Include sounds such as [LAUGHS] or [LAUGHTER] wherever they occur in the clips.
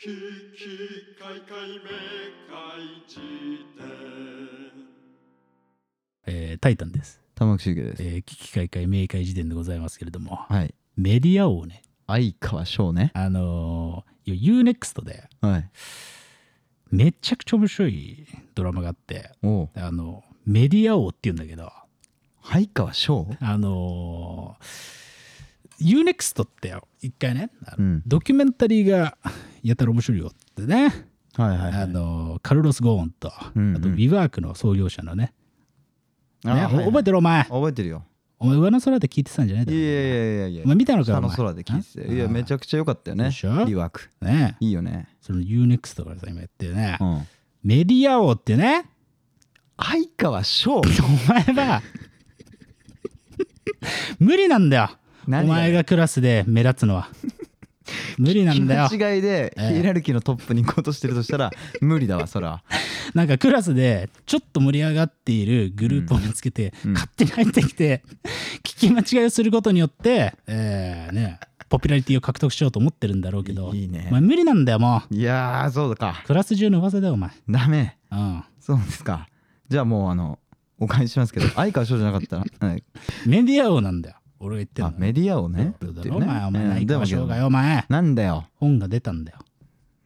ききかいかいめかいじえータイタンです。玉木修介です。えー、危機開会明快時点でございますけれども、はい。メディア王ね、相川翔ね。あのー、いや UNEXT ではい。めちゃくちゃ面白いドラマがあって、おうあの、メディア王って言うんだけど、相川翔あのー、UNEXT って一回ね、あのうんドキュメンタリーがやたら面白いよってね、はいはいはい。あのーカルロス・ゴーンと、うんうんあとビワークの創業者のね、あねはいはい覚えてるお前、覚えてるよ。お前上の空で聞いてたんじゃないだいろやいやいやいやお前見たのか下お前の空で聞いてたよいや、めちゃくちゃ良かったよね。でしょリワーク。ねいいよね。その UNEXT からさ今やってるね、うん。メディア王ってね相川 [LAUGHS] 翔お前は無理なんだよお何が前がクラスで目立つのは無理な気んだよ持ちがいでヒエラルキーのトップに行こうとしてるとした [LAUGHS] ら無理だわそらなんかクラスでちょっと盛り上がっているグループを見つけて、うん勝手に入ってきて聞き間違いをすることによって、えーね、ポピュラリティを獲得しようと思ってるんだろうけどいいねお前無理なんだよもいやーそうかうクラス中の噂だよお前、ダメうん、そうですかじゃあもうあのお返ししますけど相川翔じゃなかったら、はい、メディア王なんだよ俺が言ってるあのメディアをねそうだっていろおうね前おう前ん何でもかしようがよお前なんだよ本が出たんだよ。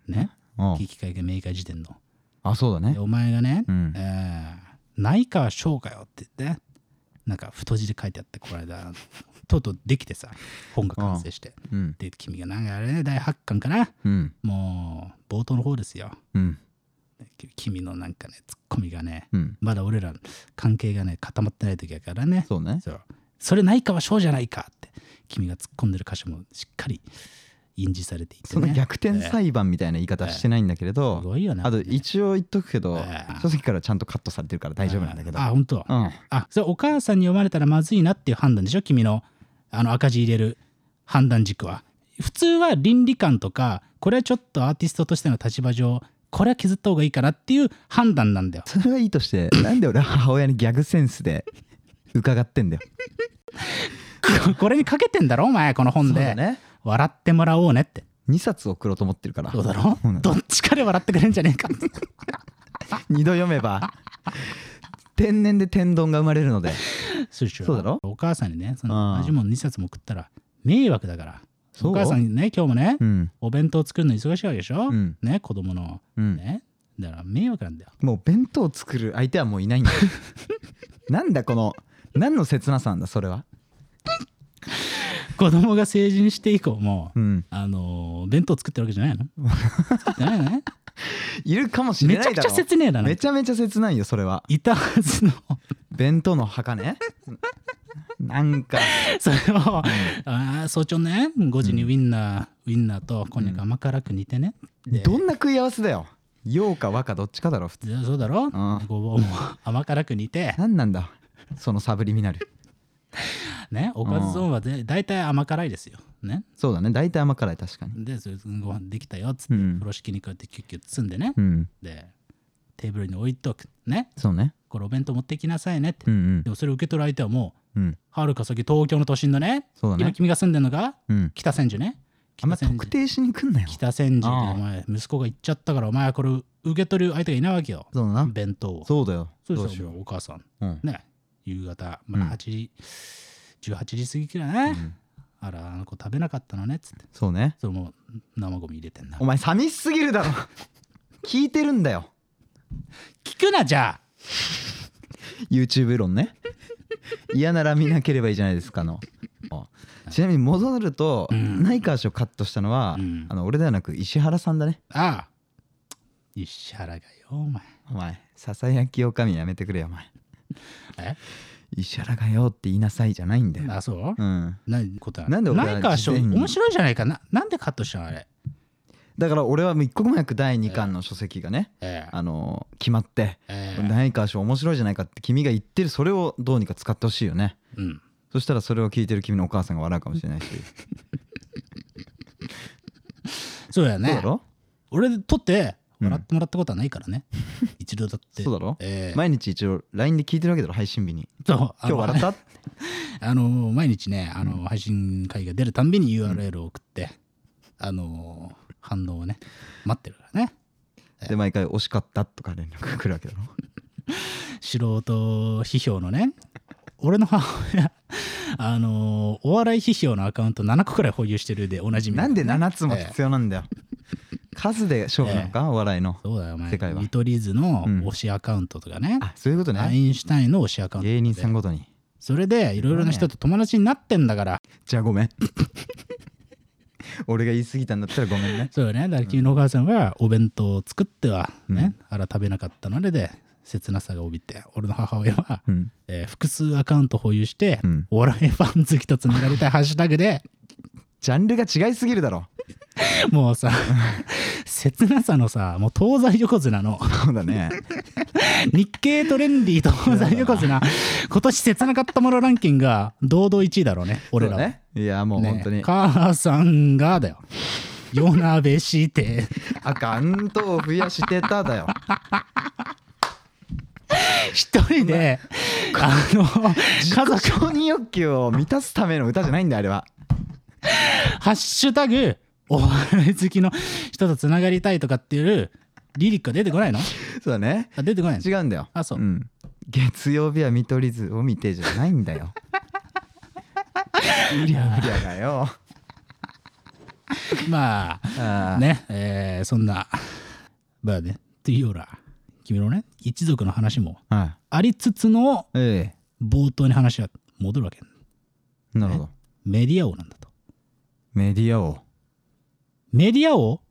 ね。うん危機会見明快時点の。あそうだねでお前がね、うんえー内川翔かよって言って、なんか太字で書いてあって、この間、とうとうできてさ、本が完成して。うんで、君がなんかあれね、第8巻かな。うんもう、冒頭の方ですよ。うん君のなんかね、ツッコミがね、うんまだ俺らの関係がね、固まってない時やからね。そうねそうそれ内川翔じゃないかって、君が突っ込んでる箇所もしっかり印字されていてそのね。逆転裁判みたいな言い方してないんだけれすどごいよね。あと一応言っとくけどええ書籍からちゃんとカットされてるから大丈夫なんだけどあ、本当。うんあ、それお母さんに読まれたらまずいなっていう判断でしょ君のあの赤字入れる判断軸は。普通は倫理観とか、これはちょっとアーティストとしての立場上、これは削った方がいいかなっていう判断なん [LAUGHS] だよ。それはいい [LAUGHS] としてなんで俺は母親にギャグセンスで伺ってんだよここれにかけてんだろお前、この本そうで。だね笑ってもらおうねって。 2冊送ろうと思ってるからそうだろそうなんだどっちかで笑ってくれるんじゃねえか。二度読めば天然で天丼が生まれるので [LAUGHS] そうでしょそうだろお母さんにね、そあのあ同じもん2冊も食ったら迷惑だから。そうお母さんにね、今日もね、うんお弁当作るの忙しいわけでしょ、うんね、子供の。うんね。だから迷惑なんだよ。 [LAUGHS] もう弁当作る相手はもういないん [LAUGHS] だよなんだこの何の切なさなんだそれは子供が成人して以降も、うんあのー弁当作ってるわけじゃないの [LAUGHS] 作ってないのねいるかもしれめちなゃいくだちゃろ切ねえだなめちゃめちゃ切ないよそれはいたはずの弁当の墓 [LAUGHS] ねなんか [LAUGHS] それを、あー早朝ね5時にウインナー、ウインナーとこんにゃく甘辛く煮てね、でどんな食い合わせだよ陽か和かどっちかだろ普通でそうだろんごぼうも甘辛く煮 [LAUGHS] て、何なんだそのサブリミナルね、おかずゾーンはで大体甘辛いですよ、ね、そうだね大体甘辛い確かにでそれご飯できたよっつって、うん風呂敷にこうやってキュッキュッ包んでね、うんでテーブルに置いとくねそうねこれお弁当持ってきなさいねって、うんうんでもそれを受け取る相手はもううんはるか先東京の都心のねそうだね今君が住んでるのがうん北千住ねあん北ま千特住定しに来んなよ北千住ああでお前息子が行っちゃったからお前はこれ受け取る相手がいないわけよそうだな弁当をそうだよそうどでうすしよよお母さんううんね夕方まあうん8時、18時過ぎくらいね、うんあらあの子食べなかったのねっつってそうねそれもう生ゴミ入れてんなお前寂しすぎるだろ聞いてるんだよ聞くなじゃあ YouTube 論ね嫌なら見なければいいじゃないですかのあちなみに戻ると、うん内川氏をカットしたのは、うんあの俺ではなく石原さんだねああ石原がよお前お前ささやきおかみやめてくれよお前え石原がよって言いなさいじゃないんだよあそう、うん何答えなんで俺が内川翔事前に面白いじゃないかななんでカットしたのあれだから俺はもう一刻も早く第2巻の書籍がね、ええあのー決まって、ええ内川氏面白いじゃないかって君が言ってるそれをどうにか使ってほしいよねうんそしたらそれを聞いてる君のお母さんが笑うかも [LAUGHS] しれないし、そうやそうねだろ俺で撮ってうん笑ってもらったことはないから [LAUGHS] ね、一度だってそうだろええ毎日一応 LINE で聞いてるわけだろ配信日にそうあ今日の笑った [LAUGHS] あの毎日ねあの配信会が出るたんびに URL を送って、あの反応をね待ってるからねで毎回惜しかったとか連絡来るわけだろ素人批評のね俺の母親あのお笑い批評のアカウント7個くらい保有してるでおなじみなんでね7つも必要なんだよ、数で勝負なのか、お笑いのそうだよお前世界は見取り図のうん推しアカウントとかね、あそういうことアねインシュタインの推しアカウント芸人さんごとにそれでいろいろな人と友達になってんだからじゃあごめん [LAUGHS] 俺が言い過ぎたんだったらごめんねそうよねだから君のお母さんはお弁当を作ってはね、あら食べなかったのでで切なさが帯びて俺の母親は、うんえー複数アカウント保有して、うんお笑いファン好きとつながりたいハッシュタグ [LAUGHS] でジャンルが違いすぎるだろもうさ切なさのさもう東西横綱 [LAUGHS] のそうだね日経トレンディ東西横綱今年切なかったものランキングが堂々1位だろうね [LAUGHS] 俺らそうはだねいやもうね本当に、母さんがだよ夜なべしてアカウントを増やしてただよ一人であの [LAUGHS] 家族承認欲求を満たすための歌じゃないんだよあれはハッシュタグお笑い好きの人とつながりたいとかっていうリリックが出てこないの [LAUGHS] そうだねあ出てこないの違うんだよ、あそうん月曜日は見取り図を見てじゃないん [LAUGHS] だようりゃうりゃだよまああーねえーそんなまあねというような君のね一族の話もはいありつつのえ冒頭に話が戻るわけえなるほどメディア王なんだとメディア王メディア王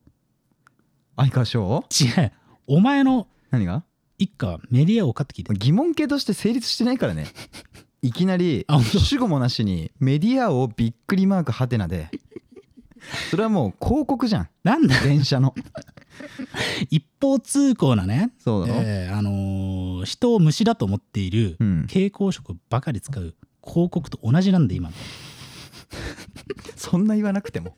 相川翔違うお前の何が一家はメディア王かって聞いてる疑問形として成立してないからねいきなりあ本当主語もなしにメディア王びっくりマークハテナでそれはもう広告じゃんなんだ電車の一方通行なね、そうだろ、えーあのー人を虫だと思っているうん蛍光色ばかり使う広告と同じなんで今のそんな言わなくても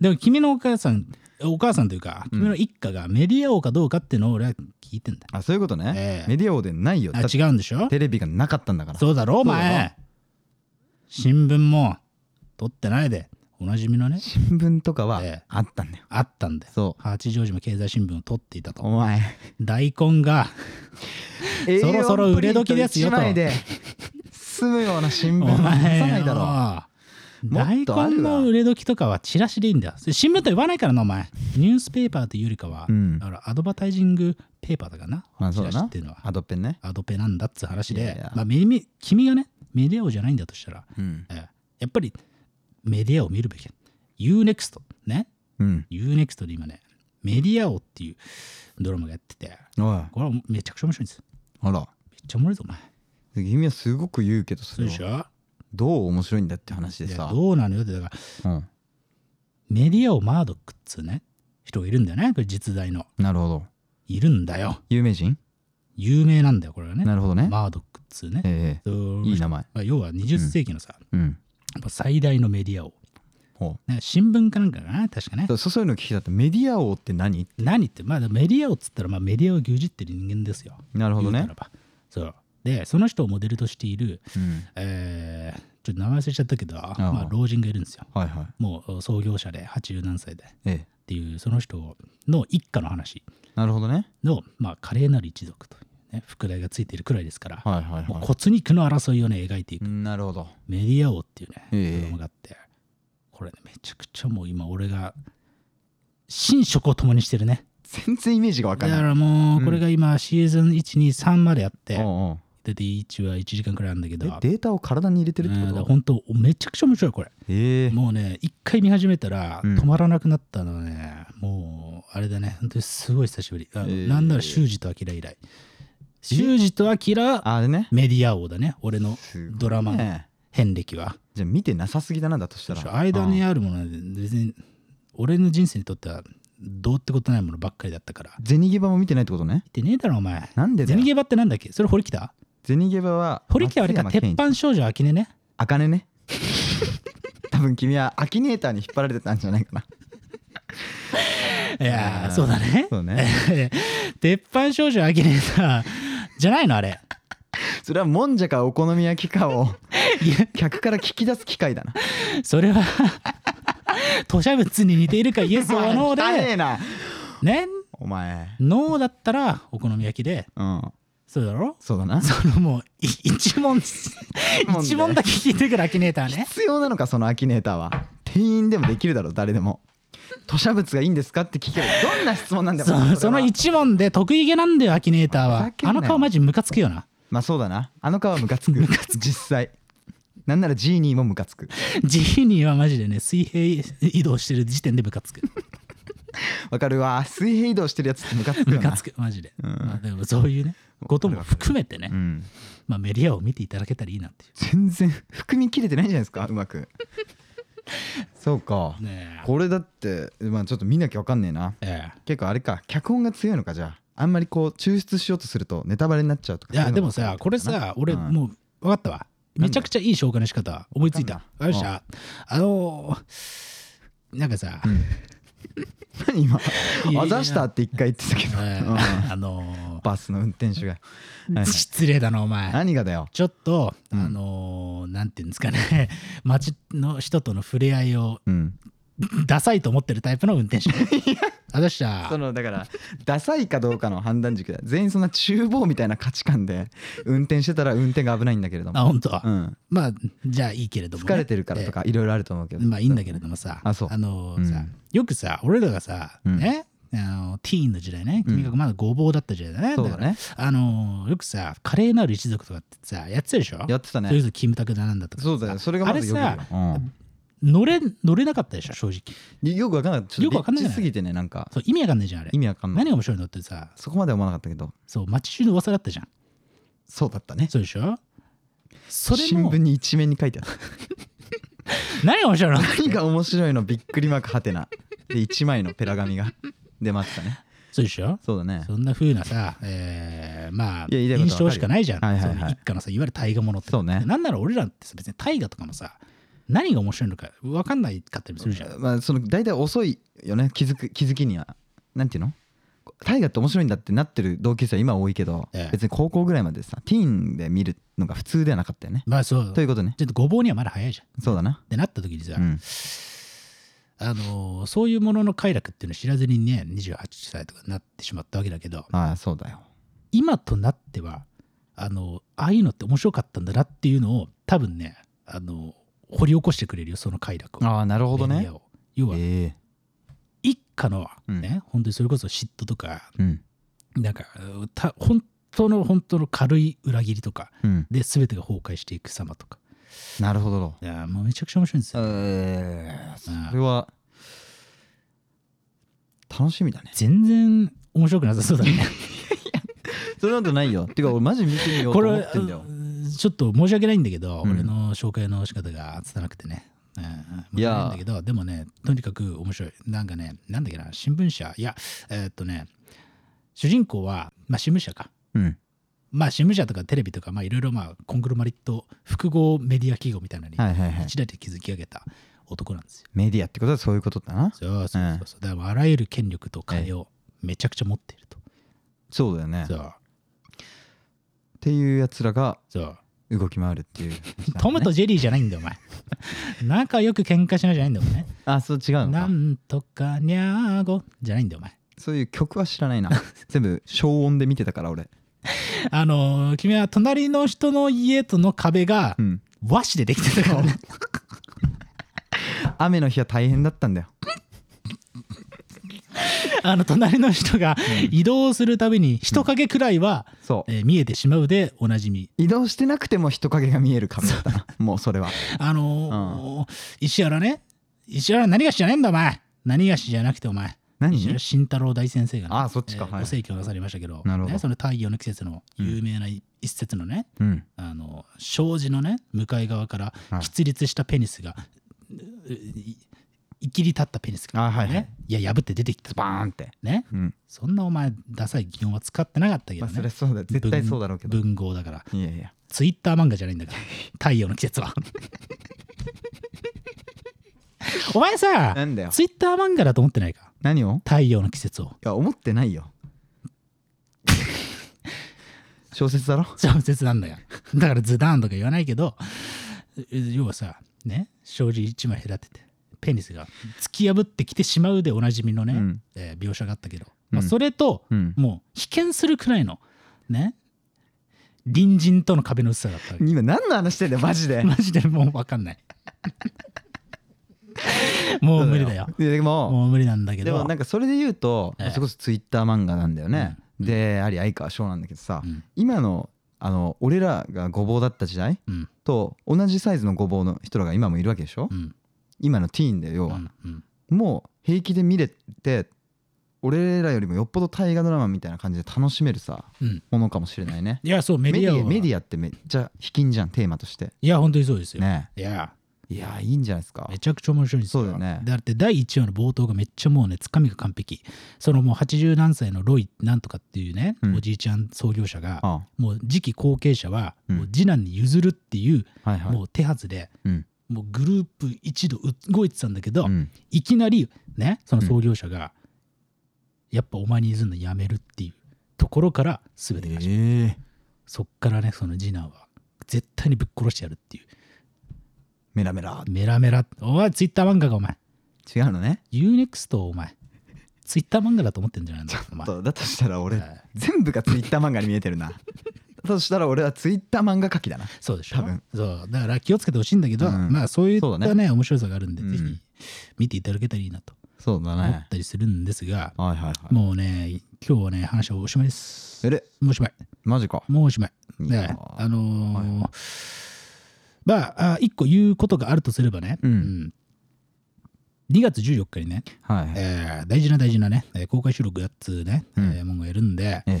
でも君のお母さんお母さんというか君の一家がメディア王かどうかっていうのを俺は聞いてんだよ、あそういうことね、ええメディア王でないよだあって違うんでしょテレビがなかったんだからそうだろおそうだ前新聞も取ってないでおなじみのね新聞とかはええあったんだよ、あったんだよそう八丈島経済新聞を取っていたとお前大根がそろそろ売れ時ですよと栄養プリント一枚で済むような新お聞は出前よさないだろも大っとあ根るわの売れ時とかはチラシでいいんだよそれ新聞と言わないからなお前ニュースペーパーというよりかは、うんだからアドバタイジングペーパーだからな、まあそうだチラシなっていうのはアドッペンねアドペなんだっつう話でいやいやまあ、メメ君がねメディア王じゃないんだとしたら、うんえーやっぱりメディアを見るべき UNEXT ねうん UNEXT で今ねメディア王っていうドラマがやってておいこれはめちゃくちゃ面白いんですあらめっちゃおもろいぞお前君はすごく言うけどそそうれでしをょどう面白いんだって話いでやさ、どうなのよってだからうん、メディア王マードックっつうね人がいるんだよねこれ実在のなるほどいるんだよ有名人有名なんだよこれはねなるほどね、マードックっつうね、えそうえいい名前まあ要は20世紀のさ、うんやっぱ最大のメディア王、ほね、新聞かなんかかな確かねうそそういうの聞きたってメディア王って何何ってまあメディア王っつったらまあメディアを牛耳ってる人間ですよなるほど言うねなら、ばそうでその人をモデルとしている、うん、えーちょっと名前忘れちゃったけどまあ、老人がいるんですよはいはいもう創業者で80何歳でっえていうその人の一家の話えなるほどねの、まあ、華麗なる一族という、ね、副題がついているくらいですから、はいはいもうは骨肉の争いをね描いていいく、なるほどメディア王っていうね、ええドラマがあってこれねめちゃくちゃもう今俺が寝食を共にしてるね全然イメージがわかだんかないらもうこれが今シーズン123までやっておうおう大体1は1時間くらいあるんだけどえデータを体に入れてるってうんだからこと本当めちゃくちゃ面白いこれええもうね一回見始めたらうん止まらなくなったのはね、もうあれだね本当にすごい久しぶり、あのえーなんなら修二とアキラ以来修二とアキラあれねメディア王だね俺のすごいねドラマの遍歴は、じゃあ見てなさすぎだなだとしたら間にあるものは別に俺の人生にとってはどうってことないものばっかりだったからゼニゲバも見てないってことね見てねえだろお前なんでだゼよニゲバってなんだっけそれ堀北ゼニゲバは堀北あれか松鉄山ケンイチ板少女アキネねあかねね [LAUGHS] 多分君はアキネーターに引っ張られてたんじゃないかないやーあーそうだねそうね鉄板少女アキネさじゃないのあれそれはもんじゃかお好み焼きかを客から聞き出す機会だなそれは吐砂物に似ているかイエスおは前ノ汚ーねでえなねお前ノーだったらお好み焼きでうんそうだろそうだなそのもうい一問一問だけ聞いてくるアキネーターね必要なのかそのアキネーターは店員でもできるだろ誰でも吐砂物がいいんですかって聞けるどんな質問なんだよそその一一問で得意げなんだよアキネーターふざはけんあなよの顔マジムカつくよなまあそうだなあの顔はムカつく実際なんならジーニーもムカつくジーニーはマジでね水平移動してる時点でムカ [LAUGHS] つくわかるわ水平移動してるやつってムカつくよムなカつくマジで、まあでもそういうねことも含めてね、うんまあ、メディアを見ていただけたらいいなってい全然含み切れてないんじゃないですかうまくそうかうねこれだってまあちょっと見なきゃわかんねえなええ結構あれか脚本が強いのかじゃああんまりこう抽出しようとするとネタバレになっちゃうとかいやそううでのもがさこれさ俺うんもう分かったわだめちゃくちゃいい紹介の仕方思いついたなよんっだしゃあのーなんかさ、何今いやあざしたって一回言ってたけえど、えう [LAUGHS] んあのバスの運転手が、ーはい失礼だなお前何がだよちょっと、うんあのーなんていうんですかね [LAUGHS] 街の人との触れ合いをうんダサいと思ってるタイプの運転 [LAUGHS] 手あざっしゃそのだからダサいかどうかの判断軸だ全員そんな厨房みたいな価値観で運転してたら運転が危ないんだけれどあも、本当、うん、まあじゃあいいけれどもね、疲れてるからとかいろいろあると思うけど、まあいいんだけれどもさ、あそうのうんさ、よくさ、俺らがさ、うんね、あのティーンの時代ね、君がまだごぼうだった時代だね。そうだからねあのよくさ、華麗なる一族とかってさ、やってたでしょやってたそれねこそキムタクだなんだとかさ。そうだよそれがまずよくあよれさ、うん乗れ、乗れなかったでしょ、正直。よくわかんないちょっよくとわかんないリッチすぎてねなんかそう意味わかんないじゃん、あれ意。味わかんない何が面白いのってさ、そこまでは思わなかったけどそう、街中の噂だったじゃん。そうだったねそうでしょそれ新も聞、に一面に書いてあった何が面白い [LAUGHS] の何が面白いのびっくりマークハテナで1枚のペラ紙が出ましたねそうでしょそうだねそんな風なさ、えーまあ、いや言いたいこ印とは象しかないじゃん。はいはいはいその一家のさ、いわゆる大河ものって。そうねなんなら俺らってさ、別に大河とかもさ、何が面白いのか分かんないかったりもするじゃん。まあその大体遅いよね気づく気づきにはなんていうの大河って面白いんだってなってる同級生は今多いけど、ええ別に高校ぐらいまでさティーンで見るのが普通ではなかったよね、まあそう。とちいょうことねっとごぼうにはまだ早いじゃん。っそうだなてなった時にさ、うんあのーそういうものの快楽っていうのを知らずにね、28歳とかになってしまったわけだけど、ああそうだよ今となっては、あのーああいうのって面白かったんだなっていうのを、多分ね、あのー掘り起こしてくれるよ、その快楽を。ああなるほどメデねィアを要は、え一家のね、う本当にそれこそ嫉妬とかえうんなんかうた本当の本当の軽い裏切りとかうんで全てが崩壊していく様とかなるほどいやーもうめちゃくちゃ面白いんですよええそうんれは楽しみだね全然面白くなさそうだねそれなんてないよてか俺マジ見てみようとこれ思ってんだようんちょっと申し訳ないんだけど、うん俺の紹介の仕方が拙くてねうん申いし訳やーないんだけどでもねとにかく面白いなんかねなんだっけな新聞社いやえーっとね主人公はまあ新聞社かうんまあ新聞社とかテレビとかまあいろいろまあコングロマリット複合メディア企業みたいなのにはいはいはい一代で築き上げた男なんですよ。メディアってことはそういうことだなそうそうそうそう。だからあらゆる権力と金をめちゃくちゃ持っていると。そうだよねっそうていうやつらがそう。動き回るって [LAUGHS] いう話なんだねトムとジェリーじゃないんだよお前。 [LAUGHS] 仲良く喧嘩しなじゃないんだよね。あそう違うのなかんとかにゃーごじゃないんだよお前。そういう曲は知らないな全部消音で見てたから俺あのー君は隣の人の家との壁が [LAUGHS] うん和紙でできてたからね。雨の日は大変だったんだよ [LAUGHS] あの隣の人が移動するたびに人影くらいは、そうえー見えてしまうでおなじみ移動してなくても人影が見える壁だった [LAUGHS] なもうそれはあのー石原ね石原何がしじゃねえんだお前何がしじゃなくてお前石何原慎太郎大先生がねあそっちかえーはいご逝去なさりましたけどなるほどね、その「太陽の季節」の有名な一節のね、うんあの障子のね向かい側からはい喫立したペニスが、ういいきり立ったペニスが、ねあはいはいいや破って出てきたズバーンってねうんそんなお前ダサい擬音は使ってなかったけどまあね、そりゃそうだ絶対そうだろうけど文文豪だからいやいやツイッター漫画じゃないんだから太陽の季節はお前さなんだよツイッター漫画だと思ってないか何を太陽の季節をいや思ってないよ小説だろ小説なんだよだからズダンとか言わないけどう要はさね障子一枚隔ててペニスが突き破ってきてしまうでおなじみのね、うんえー描写があったけど、まあ、うんそれと、うんもう被験するくらいのね隣人との壁の薄さだったわけ今何の話してんだよマジでマジでもう分かんないもう無理だよいやでももう無理なんだけでどもなんかそれで言うと、ええそれこそツイッター漫画なんだよね、でやはり相川翔なんだけどさ、うん今のあの俺らがごぼうだった時代うんと同じサイズのごぼうの人らが今もいるわけでしょ、うん今のティーンだよ要うは、んうんもう平気で見れて俺らよりもよっぽど大河ドラマみたいな感じで楽しめるさうんものかもしれないねいやそうメディアはメデアィアってめっちゃ卑近じゃんテーマとしていや本当にそうですよ、ねいやいやいいんじゃないですかめちゃくちゃ面白いんですよそうだよねだって第1話の冒頭がめっちゃもうねつかみが完璧そのもう80何歳のロイなんとかっていうね、うんおじいちゃん創業者があもう次期後継者はうんもう次男に譲るっていう、あはいはいもう手はずで、うんもうグループ一度動いてたんだけど、うんいきなりねその創業者が、やっぱお前に譲るのやめるっていうところから全てが始まる、ええそっからねその次男は絶対にぶっ殺してやるっていうメラメラメラメラおいツイッター漫画がお前違うのね UNEXT をお前ツイッター漫画だと思ってんじゃないのお前そうだとしたら俺はい全部がツイッター漫画に見えてるなだとしたら俺はツイッター漫画描きだなそうでしょ多分そうだから気をつけてほしいんだけど、うんまあそういったそうねだ面白さがあるんで、うんぜひ見ていただけたらいいなとそうだ思ったりするんですが、はいはいはいもうね今日はね話はおしまいですえれもうおしまいマジかもうおしまいいやねあのーまああ一個言うことがあるとすればね、うん2月14日にね、はいえー大事な大事なね、えー公開収録やっつうね、うんえーもんがやるんで、ええ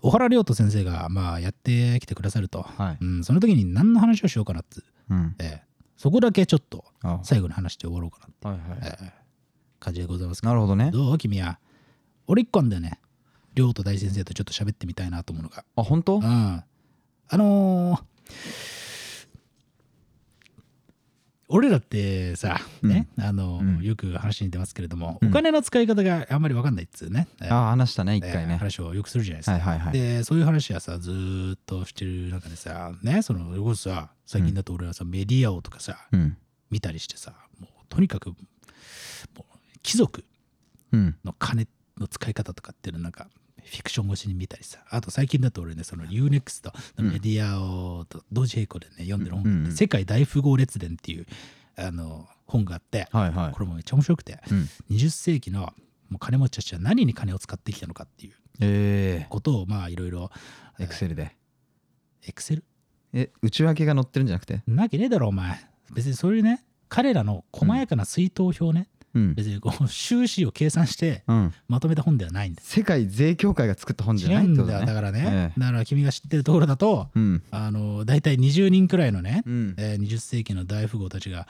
小原亮斗先生が、まあ、やってきてくださると、はういん、その時に何の話をしようかなっつう、うんええそこだけちょっとあはい最後に話して終わろうかなってはい感じでございますけどなるほどねどう君は俺一個あんだよね亮斗大先生とちょっと喋ってみたいなと思うのがあ本当うんあのー俺らってさ、ね、あのーうんよく話に出ますけれども、うんお金の使い方があんまり分かんないっつうね、えーあ話したね一回えーね話をよくするじゃないですかはいはいはいでそういう話はさずーっとしてる中でさねそのそれこそさ最近だと俺はさ、メディアをとかさうん見たりしてさもうとにかくもう貴族うんの金の使い方とかっていうのなんかフィクション越しに見たりさあと最近だと俺ねその UNEXT のメディアをと同時並行でね読んでる本があってうんうん世界大富豪列伝」っていうあの本があって、はいはいこれもめっちゃ面白くてうん20世紀のもう金持ちたちは何に金を使ってきたのかっていうえことをまあいろいろえエクセルでエクセルえ内訳が載ってるんじゃなくてなわけねえだろお前別にそういうね彼らの細やかな水筒表ね、うん別にこう収支を計算してうんまとめた本ではないんです世界税協会が作った本じゃ違なういっんてだこよとだかねらえねえだから君が知ってるところだとうんあの大体20人くらいのね、うんえー20世紀の大富豪たちが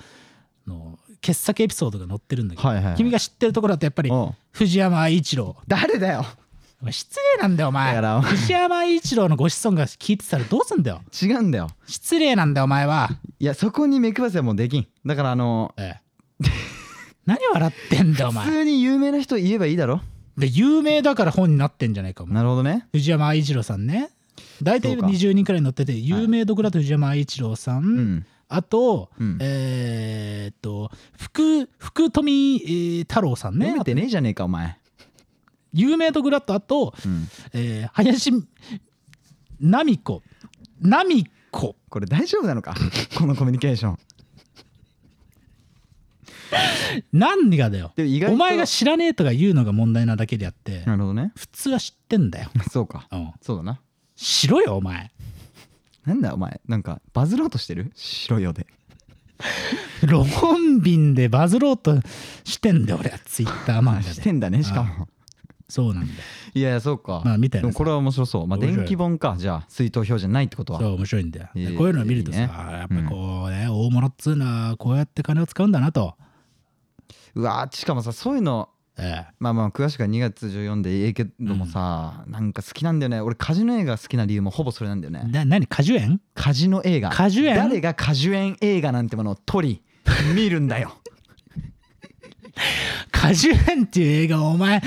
の傑作エピソードが載ってるんだけど、はいはいはい君が知ってるところだとやっぱりおう藤山愛一郎誰だよお前失礼なんだよおだか前らお前藤山愛一郎のご子孫が聞いてたらどうすんだよ違うんだよ失礼なんだよお前 [LAUGHS] はいやそこに目配せはもうできんだからあのええ何笑ってんだよお普前通に有名な人言えばいいだろで有名だから本になってんじゃないかお前なるほどね藤山愛一郎さんね大体そうか20人くらい載ってて有名どころだと藤山愛一郎さん、うんあと、うんえーっと福福富、えー太郎さん飲ねめてねえじゃねえかお前有名どころだとあと、うんえー林奈美子奈美子これ大丈夫なのか [LAUGHS] このコミュニケーション何がだよでも意外とお前が知らねえとか言うのが問題なだけであって、なるほどね普通は知ってんだよ、そうかうん、そうだなしろよお前なんだお前なんかバズろうとしてる白いよでロボンビンでバズろうとしてんだよ俺はツイッター漫し画てでんだねしかもそうなんだよいやいやそうかまあみたいなでもこれは面白そうまあ面白い電気本かじゃあ水筒表じゃないってことそはう面白いんだよ、いいこういうのを見るとさいいねやっぱこうね、大物っつうのはこうやって金を使うんだなと、うわーしかもさそういうのええまあまあ詳しくは2月14でええけどもさ、なんか好きなんだよね俺カジノ映画好きな理由もほぼそれなんだよねな何果樹園 [LAUGHS] カジノ映画果樹園誰がカジュエン映画なんてものを撮り見るんだ [LAUGHS] よ果樹園っていう映画をお前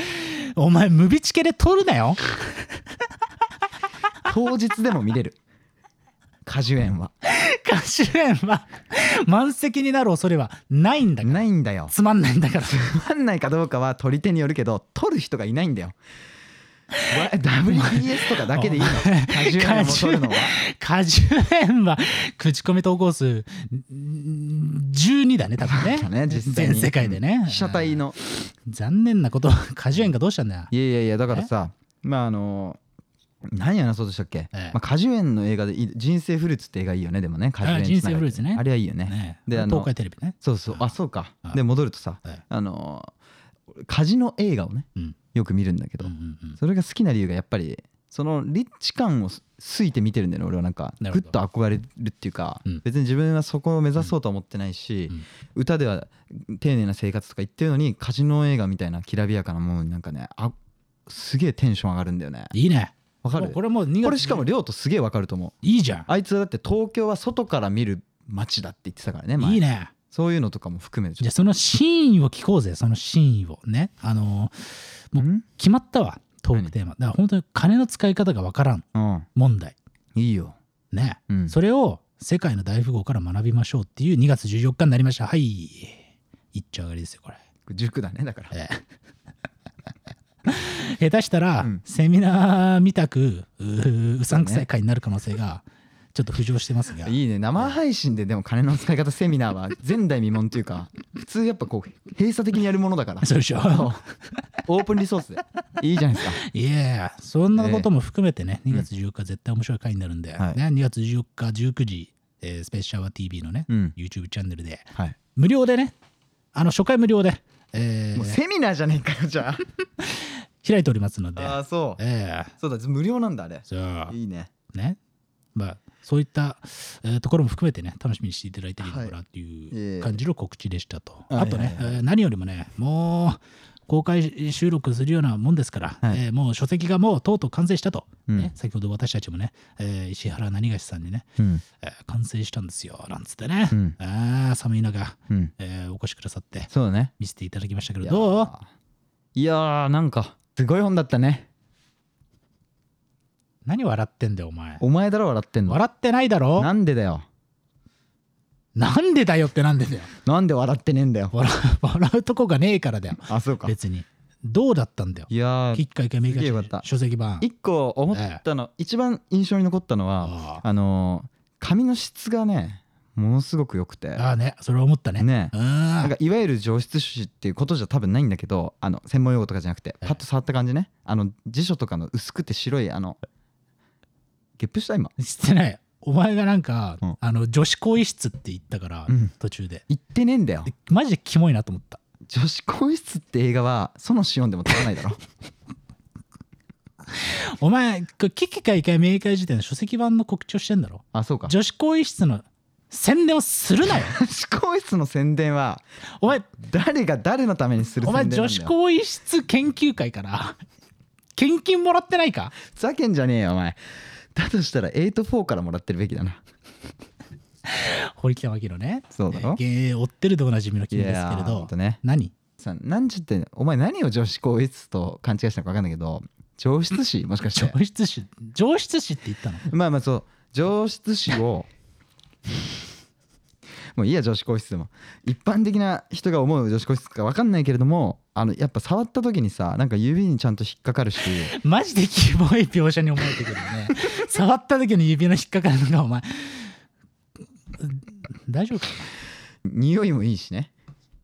お前ムビチケで撮るなよ [LAUGHS] 当日でも見れるカジュエンは間主演は満席になる恐れはないんだからないんだよつまんないんだから [LAUGHS] つまんないかどうかは取り手によるけど取る人がいないん [LAUGHS] だよ WBS とかだけでいいの多重面を取るのは果樹園は口コミ投稿数ん12だね多分そうねね実際に全世界でね被写体の残念なこと果樹園がどうしたんだよいやいやいやだからさまああの何話そうとしたっけ、ええまあ、果樹園の映画でいい人生フルーツって映画いいよねでもね果樹園つながりあ人生フルーツねあれはいいよねねであの東海テレビねそうそうあそうかうんで戻るとさ、ええあのカジノ映画をね、うんよく見るんだけど、うんうんうんそれが好きな理由がやっぱりそのリッチ感をすいて見てるんだよね俺はなんかなるぐほっどと憧れるっていうか、うん別に自分はそこを目指そうとは思ってないし、うん歌では丁寧な生活とか言ってるのにカジノ映画みたいなきらびやかなものになんかねあすげえテンション上がるんだよねいいねわかるもうここれれもう2月しかも亮とすげえわかると思ういいじゃんあいつはだって東京は外から見る街だって言ってたからね前いいねそういうのとかも含めてじゃあその真意を聞こうぜその真意をねあのうもうん決まったわトークテーマだから本当に金の使い方が分からんうん問題いいよ、ね、うん、それを世界の大富豪から学びましょうっていう2月14日になりましたはい一丁上がりですよこれ、塾だねだからえ [LAUGHS] え下手したら、うんセミナーみたくうーうさんくさい会になる可能性がちょっと浮上してますが、いいね生配信ででも金の使い方セミナーは前代未聞というか普通やっぱこう閉鎖的にやるものだからそうでしょ [LAUGHS] オープンリソースでいいじゃないですかいやそんなことも含めてね、2月14日絶対面白い回になるんで、はいね、2月14日19時、えースペシャルワ TV のね、うん YouTube チャンネルで、はい無料でね、あの初回無料で、えーもうセミナーじゃねえかよじゃ開いておりますので、ああーそうえーそうだ無料なんだあれそういいねね、まあ、そういった、えーところも含めてね、楽しみにしていただいたらいいのかなってえいえう感じの告知でしたと。はいあとね、はいえー何よりもね、もう公開収録するようなもんですから、はいえーもう書籍がもうとうとう完成したと、うんね先ほど私たちもね、えー石原何がしさんにね、うんえー完成したんですよ、なんつってね、うんあー寒い中、うんえーお越しくださってそうだね見せていただきましたけど、いやどうーいやーなんかすごい本だったね何笑ってんだよ、お前。お前だろ笑ってんの笑ってないだろななんでだよんでだよってなんでだよ。なんで笑ってねえんだよ笑う [LAUGHS] 笑うとこがねえからだよ。あそうか別にどうだったんだよいやー一回一回目すげえよかっがた書籍版一個思ったの、一番印象に残ったのはああのー髪の質がねものすごく良くてあああねそれ思ったねねうなんんかいわゆる上質種子っていうことじゃ多分ないんだけどあの専門用語とかじゃなくてえパッと触った感じねあの辞書とかの薄くて白いあのゲップした今知ってないお前がなんか、うんあの女子更衣室って言ったから、うん途中で言ってねえんだよでマジでキモいなと思った女子更衣室って映画はそのシオンでも撮らない [LAUGHS] だろお前これ危機開会明快時点の書籍版の告知をしてんだろあそうか女女子更衣室の宣伝をするな [LAUGHS] よ子更衣室の宣伝はお前誰が誰のためにするお宣前伝なんだよ女子更衣室研究会から献金もらってないかふざけんじゃねえよお前だとしたら84からもらってるべきだな堀北真希のねそうだろえー追ってるでおなじみの君ですけれーほどんとね何さ何時ってお前何を女子更衣室と勘違いしたのか分かんないけど上質誌もしかして上質師上質師って言ったのまあまあそう上質紙をもういいや女子更衣室でも一般的な人が思う女子更衣室か分かんないけれどもあのやっぱ触った時にさなんか指にちゃんと引っかか [LAUGHS] るしマジでキモい描写に思えてくるよね [LAUGHS] 触った時の指の引っかかるのがお前大丈夫か匂いもいいしね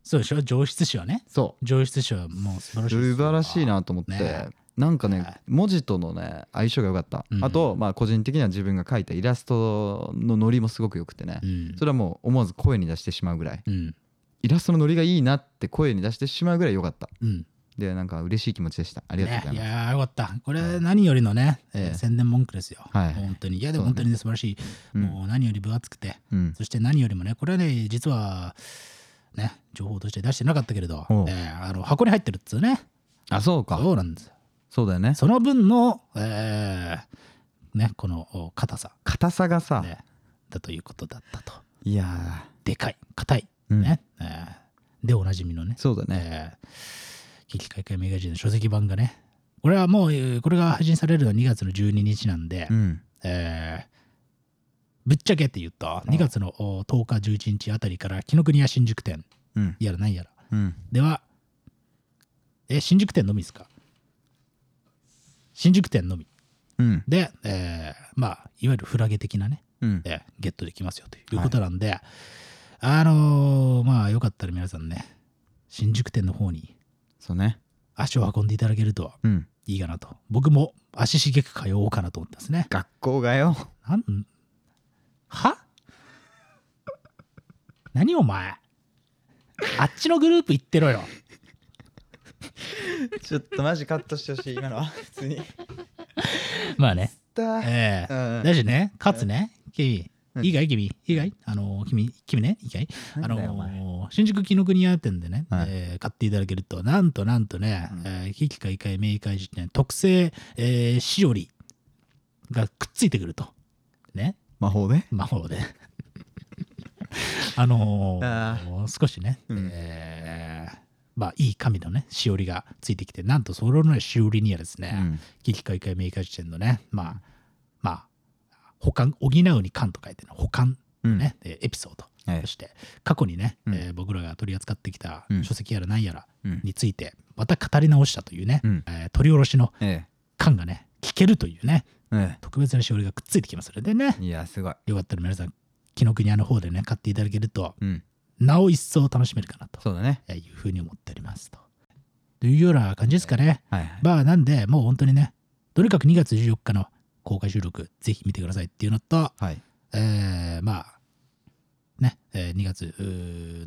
そうでしょ上質師はねそ上質師はもう素晴うらしいです素晴らしいなと思って、ねなんかはね文字とのね相性が良かった、うんあとまあ個人的には自分が描いたイラストのノリもすごく良くてね、うんそれはもう思わず声に出してしまうぐらいうんイラストのノリがいいなって声に出してしまうぐらい良かったうんでなんか嬉しい気持ちでしたありがとうねございいます、やーよかったこれ何よりのね、ええ宣伝文句ですよ、はい本当にいやでもそう本だ当にね素晴らしい、うんもう何より分厚くてうん、そして何よりもねこれはね実はね情報として出してなかったけれど、えおうーあの箱に入ってるっつうねあそうかそうなんですよそうだよねその分の、えーね、このお硬さ、硬さがさ、ね、だということだったと。いやでかい、硬い、ー、うんねえーで、おなじみのね、そうだえねー、危機開会メガジンの書籍版がね、これはもう、えーこれが配信されるのは2月の12日なんで、うんえーぶっちゃけって言うと2月のお10日11日あたりから紀ノ国屋新宿店うんやらなんやらうんではえ新宿店のみですか新宿店のみうんで、えーまあいわゆるフラゲ的なね、うんえーゲットできますよということなんで、あのーまあよかったら皆さんね新宿店の方にそうね足を運んでいただけるとうんいいかなと僕も足しげく通おうかなと思ってますね学校がよなんは [LAUGHS] 何お前あっちのグループ行ってろよ [LAUGHS] ちょっとマジカットしてほしい今のは普通にまあねだええうんうんだしねかつね君うんいいかい君いいかいあの君君ねいいかいあなんだよお前の新宿紀ノ国屋店でね、はいえー買っていただけるとなんとなんとねうんえー非機械会明快時点特製、えーしおりがくっついてくるとね魔法で魔法であのーあ少しね、うんえーまあいい紙のねしおりがついてきてなんとそのねしおりにはですうね、ん危機開会明快時点のねまあまあ補完補うに完と書いてね補完うんね、えーエピソード、はいそして過去にね、うんえー僕らが取り扱ってきたうん書籍やら何やらうんについてまた語り直したというね、うんえー取り下ろしのえ感がね聞けるというねええ特別なしおりがくっついてきますのでねえいやすごいよかったら皆さん紀ノ国屋の方でね買っていただけるとうんなお一層楽しめるかなとそうだねえーいうふうに思っておりますと。というような感じですかね。はいはいまあなんでもう本当にねとにかく2月14日の公開収録ぜひ見てくださいっていうのと、はいえーまあね、えー2月う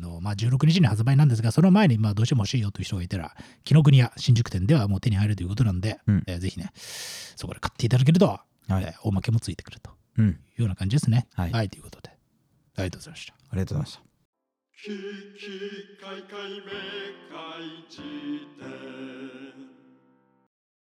ーの、まあ、16日に発売なんですがその前にまあどうしても欲しいよという人がいたら紀ノ国屋新宿店ではもう手に入るということなんで、うんえーぜひねそこで買っていただけると、はいえーおまけもついてくるとうんいうような感じですね。はいはい、ということでありがとうございました。ありがとうございましたキキカイカイめかい辞典